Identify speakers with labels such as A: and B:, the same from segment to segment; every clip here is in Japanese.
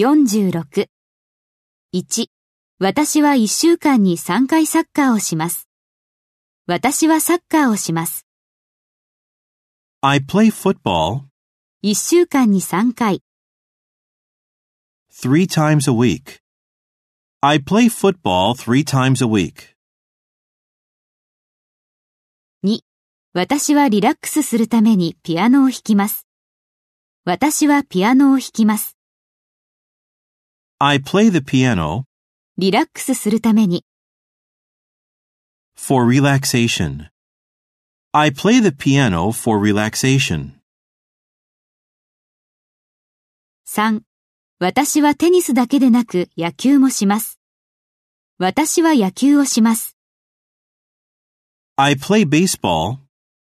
A: 46.1. 私は1週間に3回サッカーをします。私はサッカーをします。
B: I play football
A: 1週間に3回。
B: three times a week. I play football three times a week.
A: 私はリラックスするためにピアノを弾きます。私はピアノを弾きます。
B: I play the piano
A: リラックスするために。
B: for relaxation. I play the piano for relaxation.
A: 3. 私はテニスだけでなく野球もします。私は野球をします。
B: I play baseball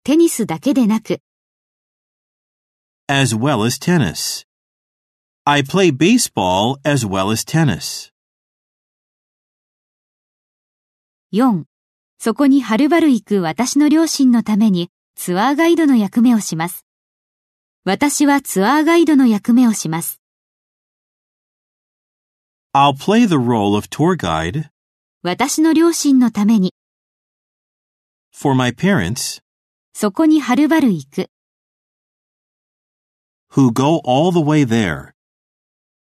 A: テニスだけでなく。
B: as well as tennis. I play baseball as well as tennis.
A: 4. そこにはるばる行く私の両親のためにツアーガイドの役目をします。私はツアーガイドの役目をします。
B: I'll play the role of tour guide
A: 私の両親のために、
B: for my parents
A: そこにはるばる行く。
B: who go all the way there.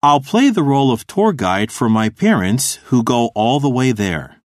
B: I'll play the role of tour guide for my parents who go all the way there.